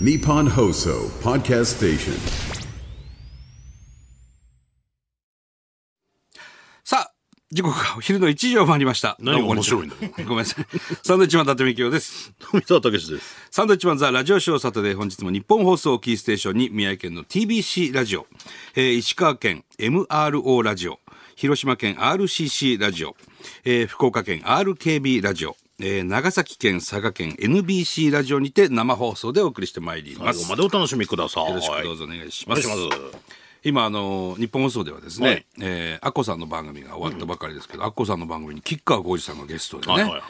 Nippon Hoso Podcast Station. さあ、時刻はお昼の1時を回りました。何がどうもこちは面白いんだごめんなさい。サンドウィッチマン伊達美京です。富澤たけしです。サンドウィッチマンザラジオショーサタデー本日も日本放送をキーステーションに宮城県の TBC ラジオ、えー石川県 MRO ラジオ、広島県 RCC ラジオ、えー福岡県 RKB ラジオ、えー長崎県佐賀県 NBC ラジオにて生放送でお送りしてまいりま最後す。までお楽しみください。よろしくどうぞお願いしおま願いす。します。今あの日本放送ではですね、はいえーアッコさんの番組が終わったばかりですけど、アッコさんの番組に吉川浩司さんがゲストでね、はいはいはい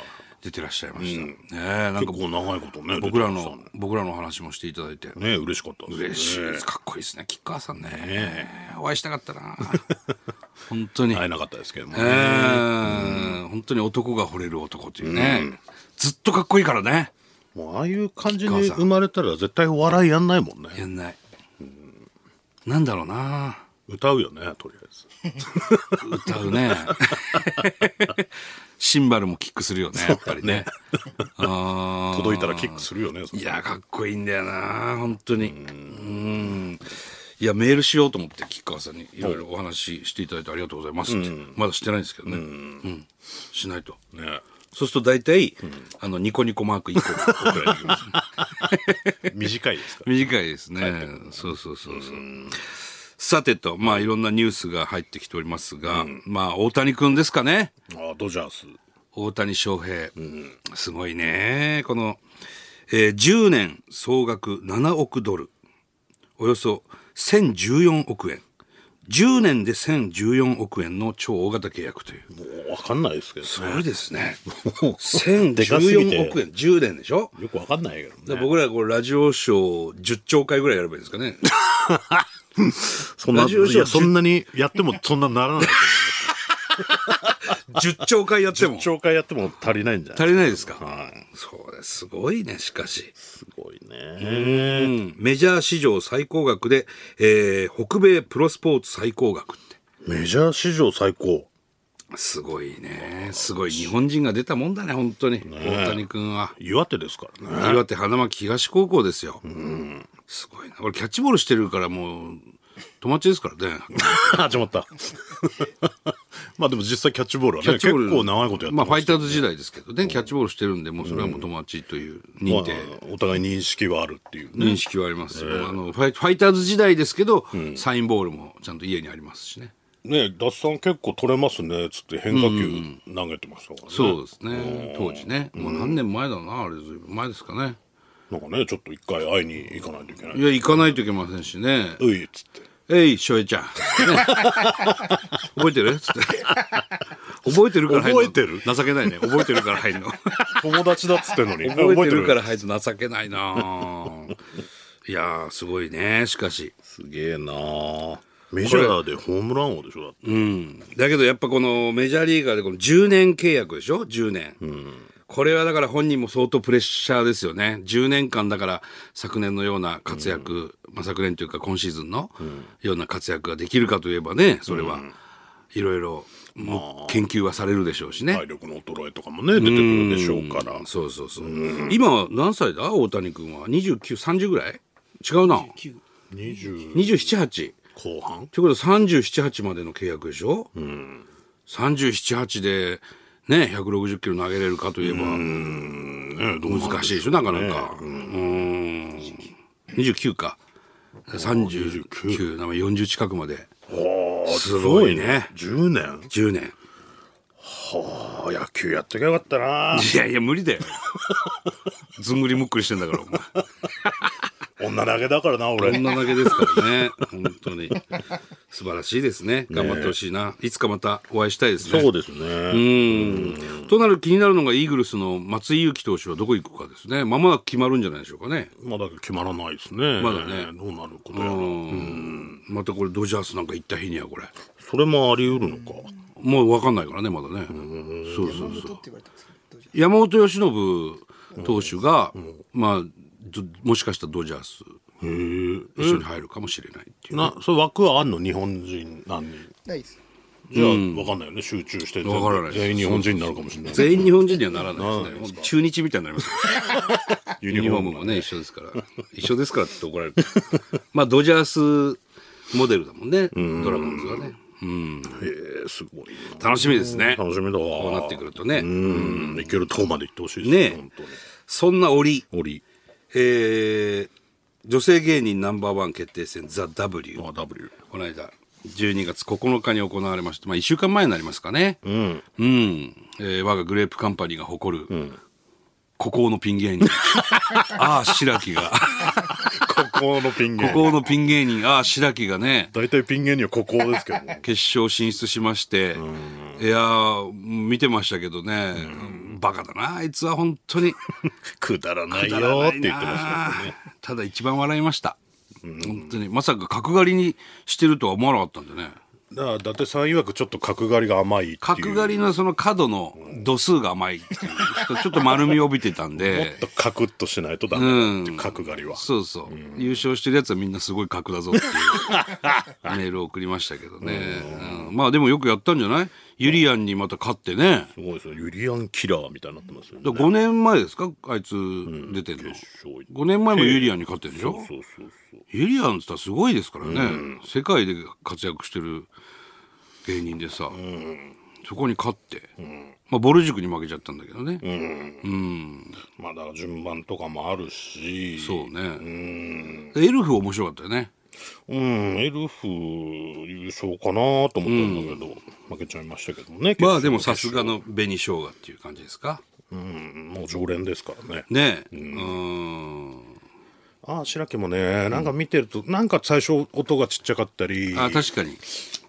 出てらっしゃいました、ねえなんか結構長いことね。僕ら出てのまし僕らの話もしていただいてたねね嬉しかったです、ね。嬉しいですかっこいいですね吉川さんねお会いしたかったな 本当に、会えなかったですけども、えー本当に男が惚れる男というね、ずっとかっこいいからねもうああいう感じお母にさん生まれたら絶対お笑いやんないもんね。やんない、なんだろうな歌うよねとりあえず。歌う ねシンバルもキックするよねやっぱりねあー届いたらキックするよね。それいやかっこいいんだよな本当にうんいやメールしようと思って吉川さんにいろいろお話ししていただいてありがとうございますって、まだしてないんですけどねうん、しないとね。そうすると大体、あのニコニコマーク1個送られてき ます短いですか短いですねそうそうそうそうさてとまあいろんなニュースが入ってきておりますが、まあ大谷君ですかね ら。あドジャース。大谷翔平、すごいねこの、えー10年総額7億ドルおよそ1014億円10年で1014億円の超大型契約というもうわかんないですけどすね。ごいです ねでかすぎて1014億円10年でしょよくわかんないけどでね。僕らこうラジオショー10兆回ぐらいやればいいんですか ねそんな、ラジオショーいや、そんなにやってもそんなならないと10兆回やって思もう。 紹介やっても足りないんじゃな足いりないですか、はい。そうですごいねしかしすごいね。うんメジャー史上最高額で、えー北米プロスポーツ最高額って。メジャー史上最高。すごいね。すごい。日本人が出たもんだね、本当に。大谷君は。岩手ですからね。岩手花巻東高校ですよ。すごいな。俺キャッチボールしてるからもう、友達ですからね。 始まった。まあでも実際キャッチボールはキね、ャッチ結ボール。構長いことやってままあすファイターズ時代ですけどね、キャッチボールしてるんで、もうそれはもう友達という認定。まあお互い認識はあるっていうね。認識はありますよ、あのファイファイターズ時代ですけど、サインボールもちゃんと家にありますしねね脱さん結構取れますね、つって変化球投げてましたからね。そうですね。当時ね。もう何年前だな、あれ、ずいぶん前ですかね。なんかね、ちょっと一回会いに行かないといけないい。や、行かないといけませんしね。ういっつ って。えい、翔平ちゃん。ね 覚えてるつ って。覚えてるから入るの。覚えてる情けないね。覚えてるから入るの。友達だっつってんのに。。覚えてるからら入ると情けないないやー、すごいね、しかし。すげえなあメジャーでホームラン王でしょ、だって。だけどやっぱこのメジャーリーガーでこの10年契約でしょ10年、これはだから本人も相当プレッシャーですよね10年間だから昨年のような活躍、まあ、昨年というか今シーズンのような活躍ができるかといえばねそれはいろいろもう研究はされるでしょうしね、体力の衰えとかもね、出てくるでしょうから。そうそうそう、今は何歳だ大谷君は2930ぐらい違うな20 2728後半ということは378までの契約でしょ、う378でね160キロ投げれるかといえばね、どう難しいでしょなかなか、うん29か39な40近くまでああすごいねすごいね10年10年ああ野球やってきゃよかった ないやいや無理だよ ずんぐりむっくりしてんだからお前女投げだからな俺女投げですからね本当に素晴らしいですね頑張ってほしいな、いつかまたお会いしたいですねそうですねとなる気になるのがイーグルスの松井裕樹投手はどこ行くかですねまもなく決まるんじゃないでしょうかねまだ決まらないですねまだねどうなることやらうんまたこれドジャースなんか行った日にはこれそれもあり得るのかもう分かんないからねまだねそうそうそう山本由伸投手が、まあどもしかしたらドジャース一緒に入るかもしれないっていうなそういう枠はあんの日本人何人ないです。じゃあ、わかんないよね。集中して全わからないです全員日本人になるかもしれない。全員日本人にはならないですね。ほんと中日みたいになります。 ユニフォームもね、一緒ですから。一緒ですからって怒られる。まあ、ドジャースモデルだもんね、ドラゴンズはね。えー、すごいな。楽しみですね。楽しみだわ。こうなってくるとね。うん。いけるとこまで行ってほしいですねえ本当に。そんな折、折。えー、女性芸人ナンバーワン決定戦、ザ・ W。あ、W。この間、12月9日に行われました。まあ、1週間前になりますかね。うん。えー我がグレープカンパニーが誇る、孤高のピン芸人。ああ、白木が。ここのピン芸孤高人。のピン芸人、ああ、白木がね、。大体ピン芸人はここですけども決勝進出しまして、いやー、見てましたけどね、バカだな、あいつは本当に。くだらな いくよだらなーっいてな言ってましたけどね。ただ一番笑いました。本当に。まさか角刈りにしてるとは思わなかったんでね。だから伊達さん曰くちょっと角刈りが甘いっていう角刈りのその角の度数が甘いっていう。ちょっとちょっと丸みを帯びてたんもっでと。カクッとしないとダメだっていう角刈りは、そうそう。優勝してるやつはみんなすごい角だぞって いうメールを送りましたけどね。うんまあでもよくやったんじゃないユリアンにまた勝ってね。すごいですよユリアンキラーみたいになってますよね5年前ですかあいつ出てるの。勝利5年前もユリアンに勝ってるでしょそうそうそうユリアンって言ったらすごいですからね、世界で活躍してる芸人でさ、そこに勝って、まあ、ボル塾に負けちゃったんだけどね、まあだから順番とかもあるしそうね、エルフ面白かったよねうんエルフ優勝かなと思ったんだけど、負けちゃいましたけどねまあでもさすがの紅生姜っていう感じですかうんもう常連ですからねねえうんああ白木もねなんか見てると、なんか最初音がちっちゃかったりあ確かに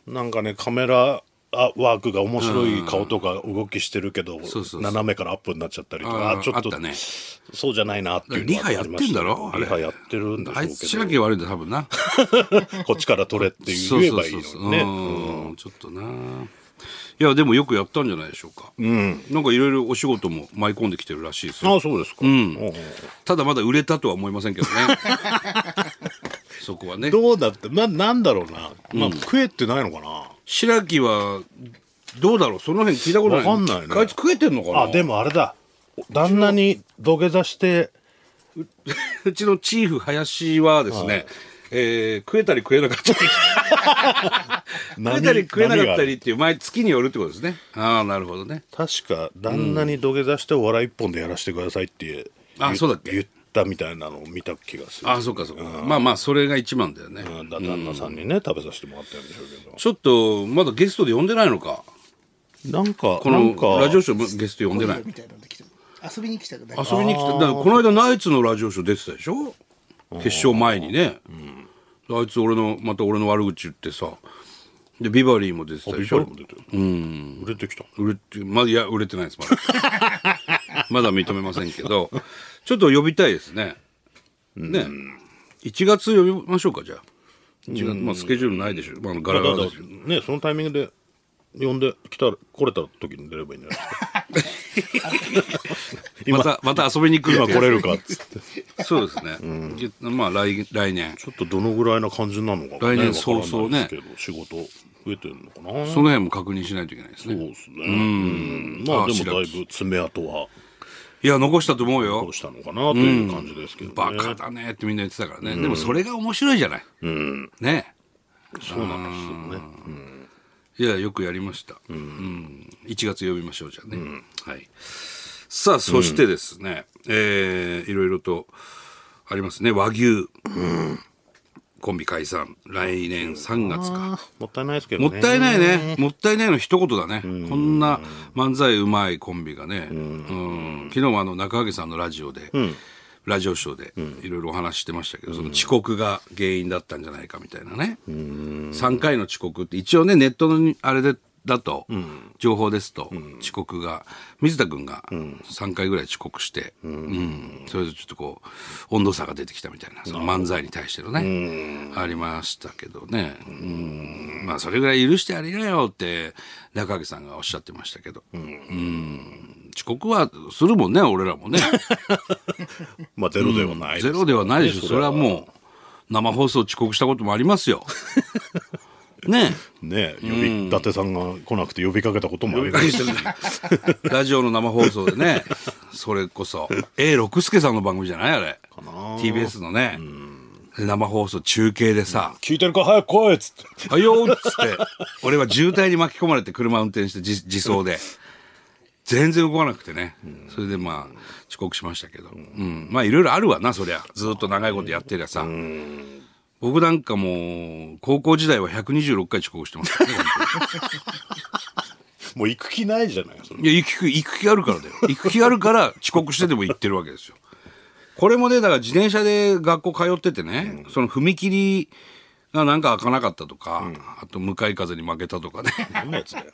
なんかねカメラあワークが面白い顔とか動きしてるけど、そうそう斜めからアップになっちゃったりとかああちょっあとったねそうじゃないなっていうのはリハやってんだろああれりましたリハやってるんでしょあいうつけ白ど木悪いんだ多分なこっちから撮れってそう言えそばういいそうそうのにねうんちょっとないやでもよくやったんじゃないでしょうか、なんかいろいろお仕事も舞い込んできてるらしいですよああそうですか、うんただまだ売れたとは思いません けどね。そこはね。どうだってななんだろうな、まあ、食えってないのかな白木は、どうだろうその辺聞いたことない。わかんないねあいつ食えてんのかなあでも。もあれだ旦那に土下座してうちのチーフ林はですね、えー食えたり食えなか ったり。食えたり食えなかったりっていう、前月によるってことですね。ああ、なるほどね。確か旦那に土下座してお笑い一本でやらせてくださいって言,、あそうだっけ言ったみたいなのを見た気がするああ、そうかそうか。まあまあ、それが一番だよね。うんだ旦那さんにね、食べさせてもらったんでしょうけどちょっと、まだゲストで呼んでないのか。なんかこなんかのラジオショーもゲスト呼んでない。みたいなので来てる遊びに来たくない遊びに来てだからこの間ナイツのラジオショー出てたでしょ決勝前にね、あいつ俺のまた俺の悪口言ってさでビバリーも出てたでビしょバリも出てる、うん、売れてきた売れてまだいや売れてないですまだ まだ認めませんけどちょっと呼びたいですねね、1月呼びましょうかじゃあ1月、まあ、スケジュールないでしょ、まあ、ガラガだラかだしらねそのタイミングで呼んできたら来れた時に出ればいいんじゃないです か今またまた遊びに来る今って来れるかっつってそうですね、まあ来来年ちょっとどのぐらいな感じなのか、来年早々ねわからないですけど仕事増えてるのかなそそうの辺も確認しないといけないですねですねうんまああでも白だい木ぶ爪痕はいや残したと思うよどうしたのかなという感じですけどね、バカだねってみんな言ってたからね、でもそれが面白いじゃない、ねそうなんですよねいやよくやりました、うん1月呼びましょうじゃあね、はいさあそしてですね、えーいろいろとありますね和牛、コンビ解散来年3月か、あーもったいないですけどもねったいないね。もったいないの一言だね。こんな漫才うまいコンビがね。うん昨日もあの中揚さんのラジオで、ラジオショーでいろいろお話ししてましたけど、その遅刻が原因だったんじゃないかみたいなね。3回の遅刻って一応ね、ネットのあれで、だと、情報ですと、遅刻が、水田君が3回ぐらい遅刻して、うんそれでちょっとこう、温度差が出てきたみたいな、その漫才に対してのね、ありましたけどね。うんまあ、それぐらい許してありなよって、中垣さんがおっしゃってましたけど。うん遅刻はするもんね、俺ら もね。まあゼロではないです、ゼ ロではないでしょ。それはもう、生放送遅刻したこともありますよ。ね ね呼び、伊達さんが来なくて呼びかけたこともありま何すしてるんだラジオの生放送でねそれこそ A 六輔さんの番組じゃないあれ TBS のねで生放送中継でさ聞いてるか早く来いっつっ「てはよう」っつって俺は渋滞に巻き込まれて車運転して自自走で全然動かなくてねそれでまあ遅刻しましたけど、うん、まあいろいろあるわなそりゃずっと長いことやってりゃさ僕なんかもう高校時代は126回遅刻してます、ね、本当にもう行く気ないじゃないそれいや、行く気、行く気あるからだよ。行く気あるから遅刻してでも行ってるわけですよ。これもね、だから自転車で学校通っててね、その踏切がなんか開かなかったとか、あと向かい風に負けたとかね、何のやつだよ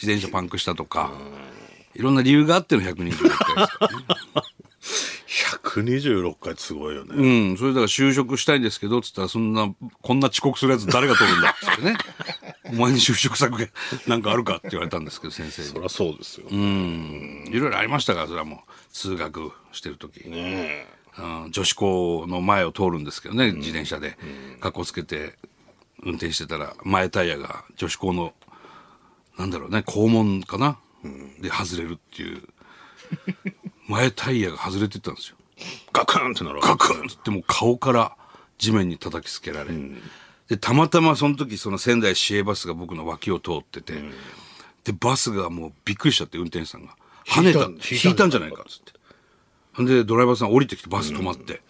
自転車パンクしたとか、いろんな理由があっての126回ですからね。 126回すごいよね、うん、それだから就職したいんですけど、つったらそんな、こんな遅刻するやつ誰が取るんだっつってね。お前に就職先なんかあるかって言われたんですけど、先生にそ。りゃそうですよ、いろいろありましたから、それはもう、通学してる時ねうん女子校の前を通るんですけどね、自転車で、格好つけて運転してたら、前タイヤが女子校の、なんだろうね、校門かな、で外れるっていう、 前タイヤが外れてったんですよ。えガクンってなるわけガクンっつってもう顔から地面に叩きつけられ、でたまたまその時その仙台市営バスが僕の脇を通ってて、でバスがもうびっくりしちゃって運転手さんが跳ねた引いた引いたんじゃないかっつってほんでドライバーさん降りてきてバス止まって、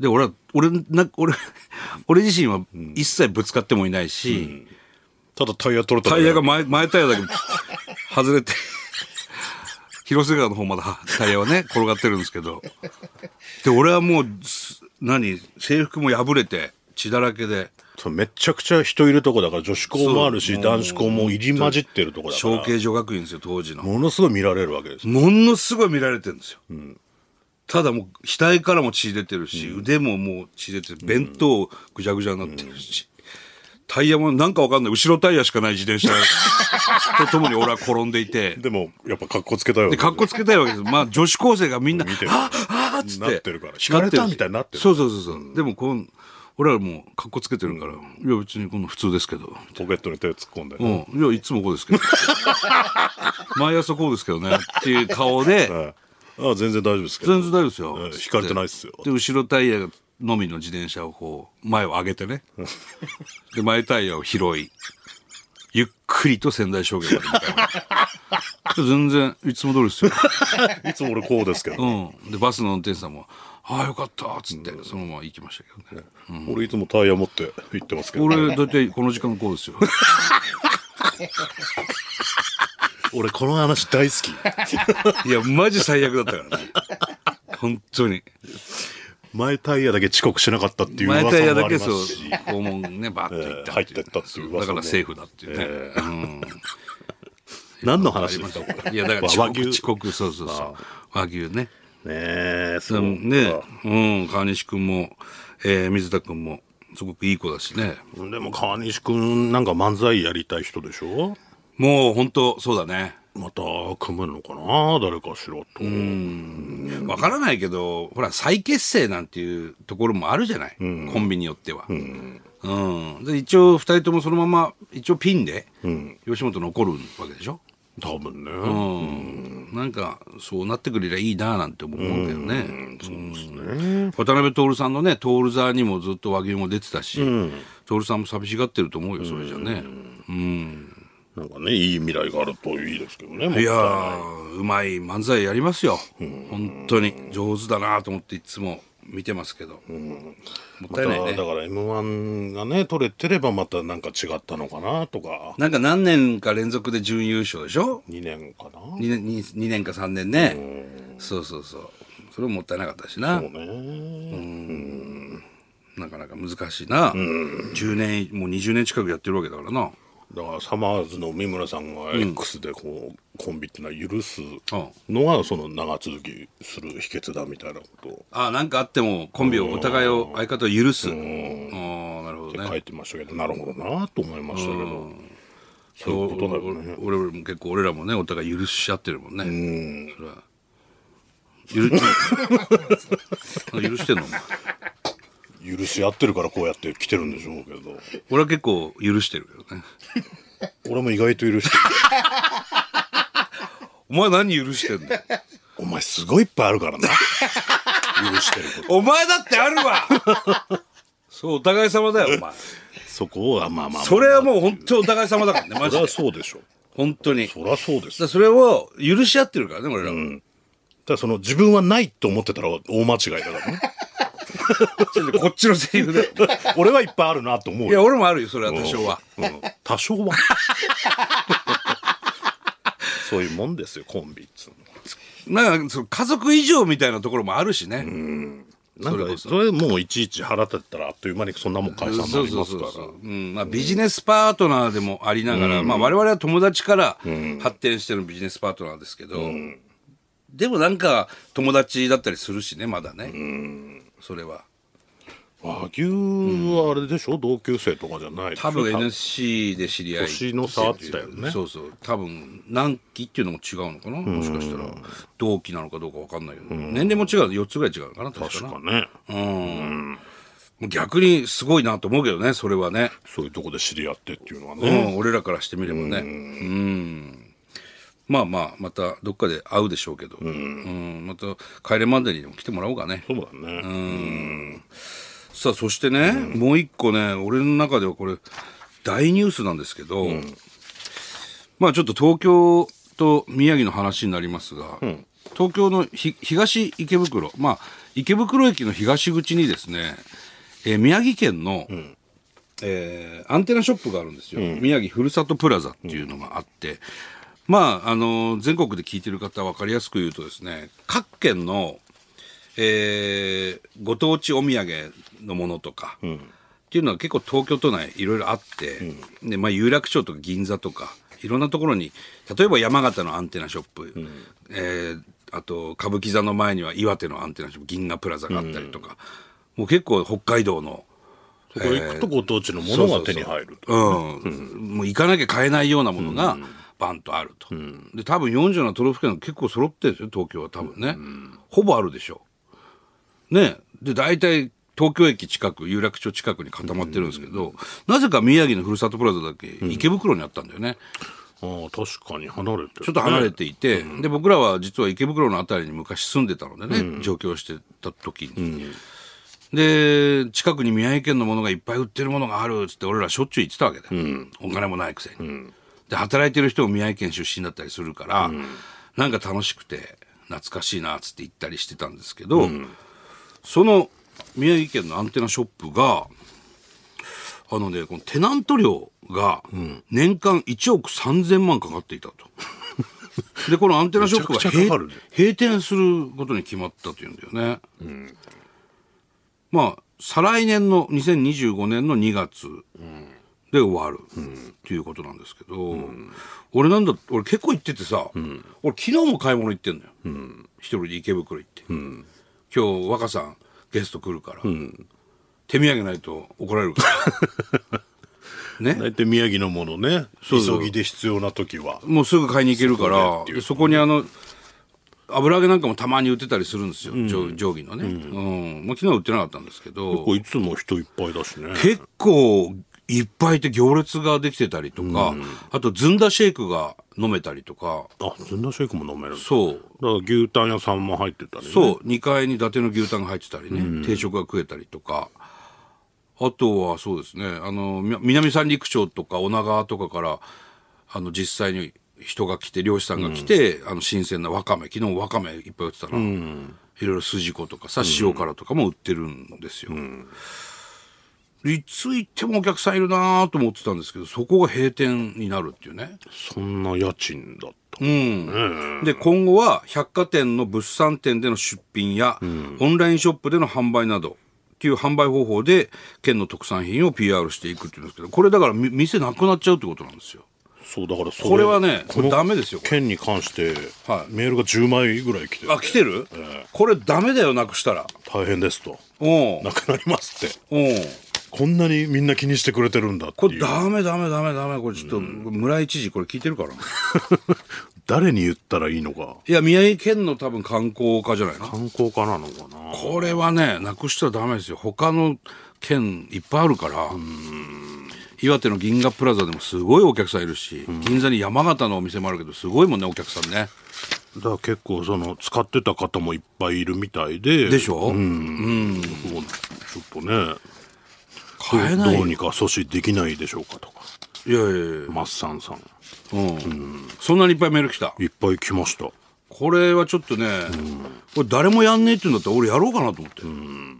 で俺は俺な俺 俺自身は一切ぶつかってもいないし、ただタイヤ取れたタだけイヤが前前タイヤだけ 外れて 広瀬川の方まだはタイヤはね転がってるんですけどで俺はもうす何制服も破れて血だらけでそうめちゃくちゃ人いるとこだから女子校もあるし男子校も入り混じってるとこだか小ら慶女学院ですよ当時のものすごい見られるわけですよものすごい見られてるんですよ、ただもう額からも血出てるし、腕ももう血出てる弁当ぐちゃぐちゃになってるし、タイヤもなんかわかんない後ろタイヤしかない自転 車とともに俺は転んでいてでもやっぱ格好つけたよで、格好つけたいわけです。まあ、女子高生がみんな、見てるあああっつって。なってるから惹かれたみたいになってるそうそうそう。そうでも、こう、俺らもう格好つけてるから、いや、別にこの普通ですけど。ポケットに手突っ込んで、うん。いや、いつもこうです けど。毎朝こうですけどね。っていう顔で、はいああ全然大丈夫ですけど全然大丈夫ですよ。ええつ引かれてないっすよで、後ろタイヤのみの自転車をこう、前を上げてね。で、前タイヤを拾い、ゆっくりと仙台商業まで向かいます全然、いつも通りですよ。いつも俺こうですけど、うん、でバスの運転手さんも「ああよかった」っつって、そのまま行きましたけどね俺いつもタイヤ持って行ってますけど俺俺大体この時間こうで すよ俺この話大好きいやマジ最悪だったからね本当に前タイヤだけ遅刻しなかったっていう前噂タイヤもあだりけまそうすし肛門ねバーッと行ったていうえー入ってったっていう噂もだからセーフだっていうね、うん何の話ですかいやだから遅和刻牛遅刻そうそうそう和牛ねねえでそうもねうん川西君も、えー水田君もすごくいい子だしねでも川西くんなんか漫才やりたい人でしょもう本当そうだねまた組むのかな誰かしらと、わからないけど、ほら、再結成なんていうところもあるじゃない、コンビによっては。うん。で、一応、二人ともそのまま、一応ピンで、吉本残るわけでしょ多分ね、うん。なんか、そうなってくれりゃいいななんて思うんだよね。そうですね。渡辺徹さんのね、徹座にもずっと和牛も出てたし、徹さんも寂しがってると思うよ、それじゃね。なんかねいい未来があるといいですけどねいやー、うまい漫才やりますよ。本当に。上手だなと思って、いつも見てますけど。もっまたたいだないかねら。m 1がね取れてればまたなんか違ったのかなとかなんか何年か連続で準優勝でしょ2年かな 2, 年に二年か3年ねそうそうそうそれももったいなかったしなそうねなかなか難しいな10年もう20年近くやってるわけだからなだからサマーズの三村さんが X でこう、コンビってのは許すのがその長続きする秘訣だみたいなことをあなんかあってもコンビをお互いを相方を許すあーなるほど書ねいてましたけど、なるほどなと思いましたけど、そういうことだよね俺俺も結構俺らもねお互い許し合ってるもんねそれは許許してんのお前許し合ってるからこうやって来てるんでしょうけど俺は結構許してるけどね俺も意外と許してるお前何許してんだ よお前すごいいっぱいあるからな許してることお前だってあるわそうお互い様だよお前 そこはまあまあ、まあ、それはもう本当お互い様だからねマジそりでゃそうでしょ本当にだかそりゃそうですだらそれを許し合ってるからね俺らは、からその自分はないと思ってたら大間違いだから ねこっちのセリフ で俺はいっぱいあるなと思ういや俺もあるよそれは多少は、うん多少 はそういうもんですよコンビっつうなんかその家族以上みたいなところもあるしね、のなんかそれもういちいち腹立ったらあっという間にそんなもん解散になりますからうんまあ、ビジネスパートナーでもありながら、まあ、我々は友達から発展してるビジネスパートナーですけど、でもなんか友達だったりするしねまだね、それは和牛はあれでしょ、同級生とかじゃないでしょ多分 NSC で知り合い年の差あったよねそうそう多分何期っていうのも違うのかなもしかしたら同期なのかどうか分かんないけど、年齢も違う4つぐらい違うのかな確か確なかねもう逆にすごいなと思うけどねそれはねそういうとこで知り合ってっていうのはうね、ん、俺らからしてみればね。うん。まあまあ、またどっかで会うでしょうけど。うん。また、帰れまでにも来てもらおうかね。そうだね、さあ、そしてね、もう一個ね、俺の中ではこれ、大ニュースなんですけど、まあちょっと東京と宮城の話になりますが、東京のひ東池袋、まあ池袋駅の東口にですね、えー宮城県の、えーアンテナショップがあるんですよ、宮城ふるさとプラザっていうのがあって、まあ、あの全国で聞いてる方は分かりやすく言うとですね各県の、えーご当地お土産のものとか、っていうのは結構東京都内いろいろあって、でまあ、有楽町とか銀座とかいろんなところに例えば山形のアンテナショップ、えーあと歌舞伎座の前には岩手のアンテナショップ銀河プラザがあったりとか、もう結構北海道の。そこ行くとご当地のものが手に入るとうん、もう行かなきゃ買えないようなものがバンとあると、で多分40の都道府県が結構揃ってるんですよ東京は多分ね、ほぼあるでしょうねで大体東京駅近く有楽町近くに固まってるんですけど、なぜか宮城のふるさとプラザだけ池袋にあったんだよね、ああ確かに離れてるちょっと離れていて、で僕らは実は池袋の辺りに昔住んでたのでね、上京してた時に、で近くに宮城県のものがいっぱい売ってるものがあるっつって俺らしょっちゅう言ってたわけだよ、お金もないくせに、で働いてる人も宮城県出身だったりするから、なんか楽しくて懐かしいなっつって行ったりしてたんですけど、その宮城県のアンテナショップがあのねこのテナント料が年間1億3000万かかっていたと。でこのアンテナショップがめちゃくちゃか閉かるね閉店することに決まったというんだよね。まあ再来年の2025年の2月で終わるっていうことなんですけど、俺なんだ俺結構行っててさ、俺昨日も買い物行ってんのよ、一人で池袋行って、今日若さんゲスト来るから、手土産ないと怒られるから ね大体宮城のものね急ぎで必要な時はもうすぐ買いに行けるかそうだねらっていそうこにあの油揚げなんかもたまに売ってたりするんですよ、定定規のね、うんまあ、昨日は売ってなかったんですけどこういつも人いっぱいだしね結構いっぱいいて行列ができてたりとか、あとずんだシェイクが飲めたりとかあずんだシェイクも飲めるんだそうだから牛タン屋さんも入ってたりねそう2階に伊達の牛タンが入ってたりね、定食が食えたりとかあとはそうですねあのみ南三陸町とか女川とかからあの実際に人が来て漁師さんが来て、あの新鮮なわかめ昨日わかめいっぱい売ってたな、いろいろ筋子とかさ塩辛とかも売ってるんですよ、いつ行ってもお客さんいるなと思ってたんですけどそこが閉店になるっていうねそんな家賃だった、で今後は百貨店の物産展での出品や、オンラインショップでの販売などっていう販売方法で県の特産品を PR していくっていうんですけどこれだからみ店なくなっちゃうってことなんですよ。そうだからそこれはねこれのダメですよこれ件に関して、はいメールが10枚ぐらい来ててあ来てる、これダメだよなくしたら。大変ですとおうなくなりますっておうこんなにみんな気にしてくれてるんだってこいれうダメダメダメダメこれちょっと村井知事これ聞いてるから誰に言ったらいいのかいや、宮城県の多分観光課じゃないの観光課なのかなこれはね、なくしたらダメですよ。他の県いっぱいあるから。岩手の銀河プラザでもすごいお客さんいるし、銀座に山形のお店もあるけど、すごいもんね、お客さんね。だから結構その使ってた方もいっぱいいるみたいででしょ、もうちょっとね買えないどよ。ういにか阻止できないでしょうかとかやいやいやマッサンさんそんなにいっぱいメール来た。いっぱい来ましたこれはちょっとね、これ誰もやんねえって言うんだったら俺やろうかなと思って。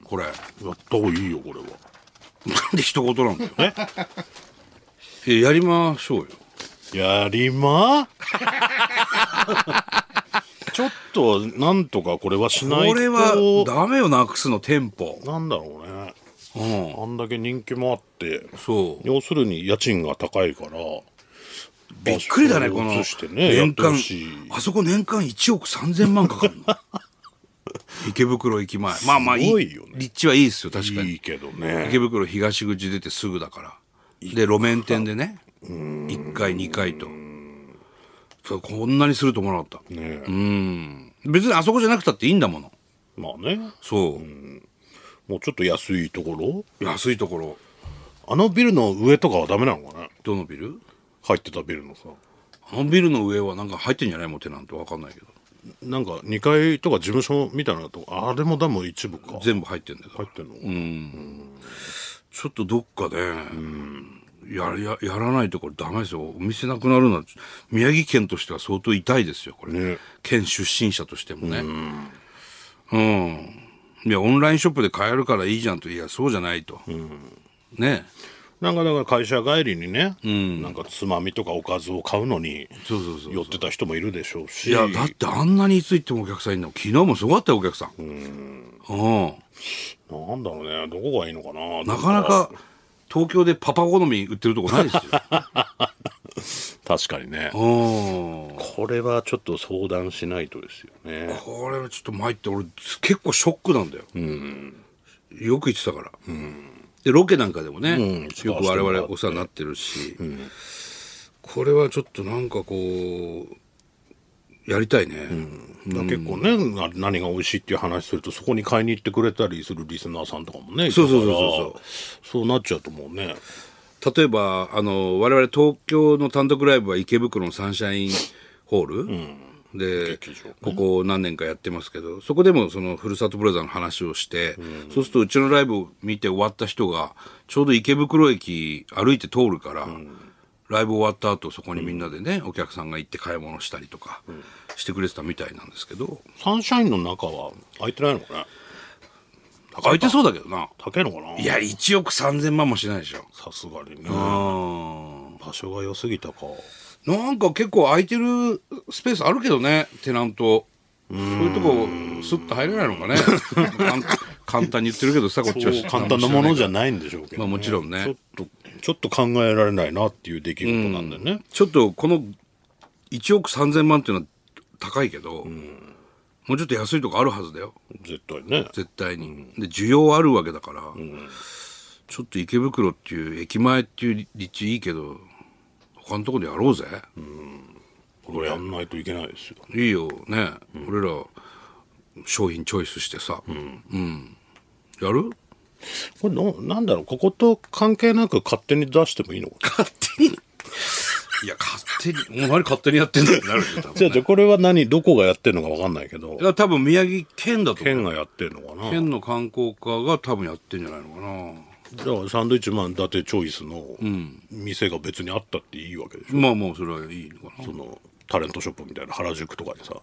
これ。やった方がいいよこれはなんで一言なんだよ。いややりましょうよ。やりま ちょっとなんとかこれはしないとこれはダメよ、なくすの、店舗。なんだろうねうん。あんだけ人気もあってそう。要するに家賃が高いからびっくりだね、この場所を移して。ねやっ年てほ間しい、あそこ年間1億3000万かかる の。池袋駅前。まあまあいすごいいよね。立地はいいですよ、確かいにい。けどね池袋東口出てすぐだから。で、路面店でね。1階、2階と。そうこんなにすると思わなかった。ね別にあそこじゃなくたっていいんだもの。まあねそう。もうちょっと安いところ安いところ、あのビルの上とかはダメなのかねどのビル入ってたビルのさあのビルの上はなんか入ってんじゃないもんテナントわかんないけど。なんか2階とか事務所みたいなとこあれもダム一部か全部入ってんだよ。入ってんの、ちょっとどっかで、やややらないとこれダメですよお店なくなるのは宮城県としては相当痛いですよこれ、ね県出身者としてもねうん、いやオンラインショップで買えるからいいじゃんといやそうじゃないと、ねなんかだから会社帰りにね、なんかつまみとかおかずを買うのにそうそうそう寄ってた人もいるでしょうしいやだってあんなにいつ行ってもお客さんいるの昨日もすごかったよお客さんうんなんだろうねどこがいいのかななかなか東京でパパ好み売ってるとこないです よ確かにねうんこれはちょっと相談しないとですよねこれはちょっと参って俺結構ショックなんだよ、よく言ってたから、でロケなんかでもね、んよく我々お世話になってるし、これはちょっとなんかこうやりたいね、だから結構ね、な何が美味しいっていう話するとそこに買いに行ってくれたりするリスナーさんとかもねそうそうそうそういたからそうなっちゃうともうね例えばあの我々東京の単独ライブは池袋のサンシャインホール、で劇場ねここ何年かやってますけどそこでもそのふるさとブラザーの話をして、そうするとうちのライブを見て終わった人がちょうど池袋駅歩いて通るから、ライブ終わった後そこにみんなでね、お客さんが行って買い物したりとかしてくれてたみたいなんですけどサンシャインの中は空いてないのかね空いてそうだけどな高いのかないいや1億3000万もしないでしょさすがにねうん場所が良すぎたかなんか結構空いてるスペースあるけどね、テナント。そういうとこ、スッと入れないの かね。かん簡単に言ってるけどさ、こっちは簡単なものじゃん。ないんでしょうけど、まあもちろんねちょっとちょっと考えられないなっていう出来事なんだよね、ちょっとこの1億3000万っていうのは高いけど、もうちょっと安いとこあるはずだよ、絶対ね絶対に。で、需要あるわけだから、ちょっと池袋っていう、駅前っていう立地いいけど、他のとこでやろうぜ。これやんないといけないですよいいよね、俺ら商品チョイスしてさ、うんやるこれのなんだろうここと関係なく勝手に出してもいいのか勝手にいや勝手にお前勝手にやってんだってなるよ多分じゃあじゃあこれは何どこがやってるのか分かんないけどいや多分宮城県だと思う県がやってるのかな県の観光課が多分やってんじゃないのかなだからサンドイッチマン伊達チョイスの店が別にあったっていいわけでしょ、まあもうそれはいいのかなそのタレントショップみたいな原宿とかにさ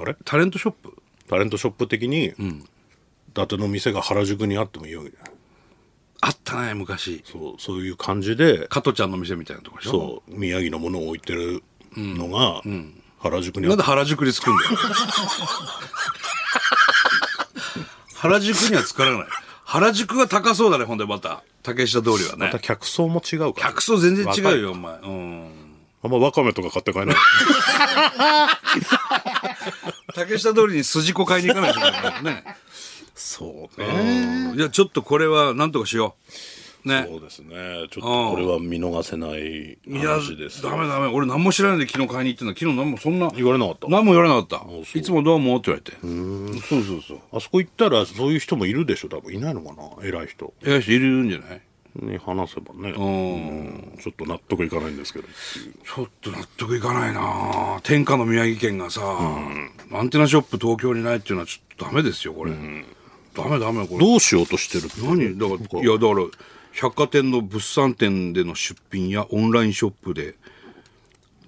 あれタレントショップタレントショップ的に、伊達の店が原宿にあってもいいわけじゃないあったね昔そうそういう感じで加トちゃんの店みたいなとこでしょそう宮城のものを置いてるのが、原宿にあなんっで原宿に作るんだよ原宿には作らない原宿が高そうだねほんでまた竹下通りはねまた客層も違うから客層全然違うよよお前うんあんまワカメとか買って帰 らない竹下通りに筋子買いに行 かないといけないからねそううんいやちょっとこれはなんとかしよねそうですねちょっとこれは見逃せないいや話ですダメダメ俺何も知らないで昨日買いに行ってんだ昨日何もそんな言われなかった何も言われなかっあたそういつもどうもって言われてそうそうそうあそこ行ったらそういう人もいるでしょ多分いないのかな偉い人いや人いるんじゃないに話せばねんうんちょっと納得いかないんですけどちょっと納得いかないな天下の宮城県がさ、アンテナショップ東京にないっていうのはちょっとダメですよこれ、ダメダメこれどうしようとしてるって何だからいやだから百貨店の物産展での出品やオンラインショップで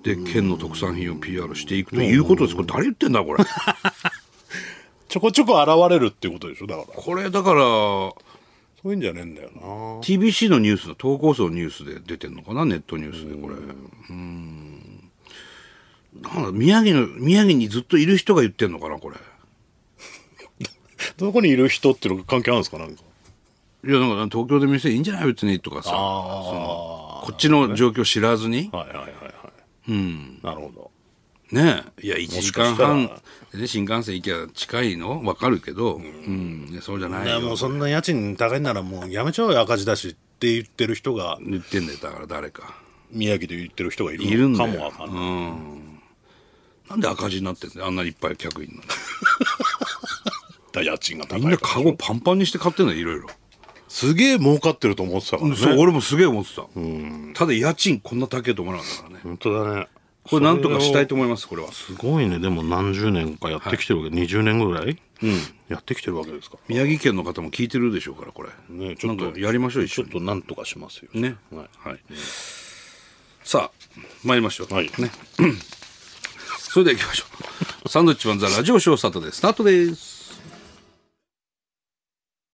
で県の特産品を PR していくということですこれ誰言ってんだこ れちょこちょこ現れるっていうことでしょだからこれだからそういうんじゃねえんだよな TBC のニュースの投稿層のニュースで出てんのかなネットニュースでこれうんなんだ宮城の宮城にずっといる人が言ってんのかなこれどこにいる人っていうのが関係あるんですかなんかいやなんか東京で店いいんじゃない別にとかさそのこっちの状況知らずにはいはいはいはいうんなるほどねえいや1時間もし半かで新幹線行きゃ近いの分かるけど、うんいやそうじゃないいやもようそんな家賃高いならもうやめちゃおうよ赤字だしって言ってる人が言ってんだよだから誰か宮城で言ってる人がいいるるんのだかよもわかんないなんで赤字になってんだよあんなにいっぱい客いんのだ家賃が高いみんなカゴパンパンにして買ってんのいろいろ、すげえ儲かってると思ってたからねそう俺もすげえ思ってた、ただ家賃こんな高いと思わなかったからね本当だねこれなんとかしたいとと思いますこれはすごいねでも何十年かやってきてるわけ、20年ぐらい、やってきてるわけですか宮城県の方も聞いてるでしょうからこれ、ねちょっとなんかやりましょう一ち緒ょっにとなんとかしますよねはいはい、さあ参りましょう、はい ね、それでは行きましょうサンドウィッチマンザラジオショースタートですスタートです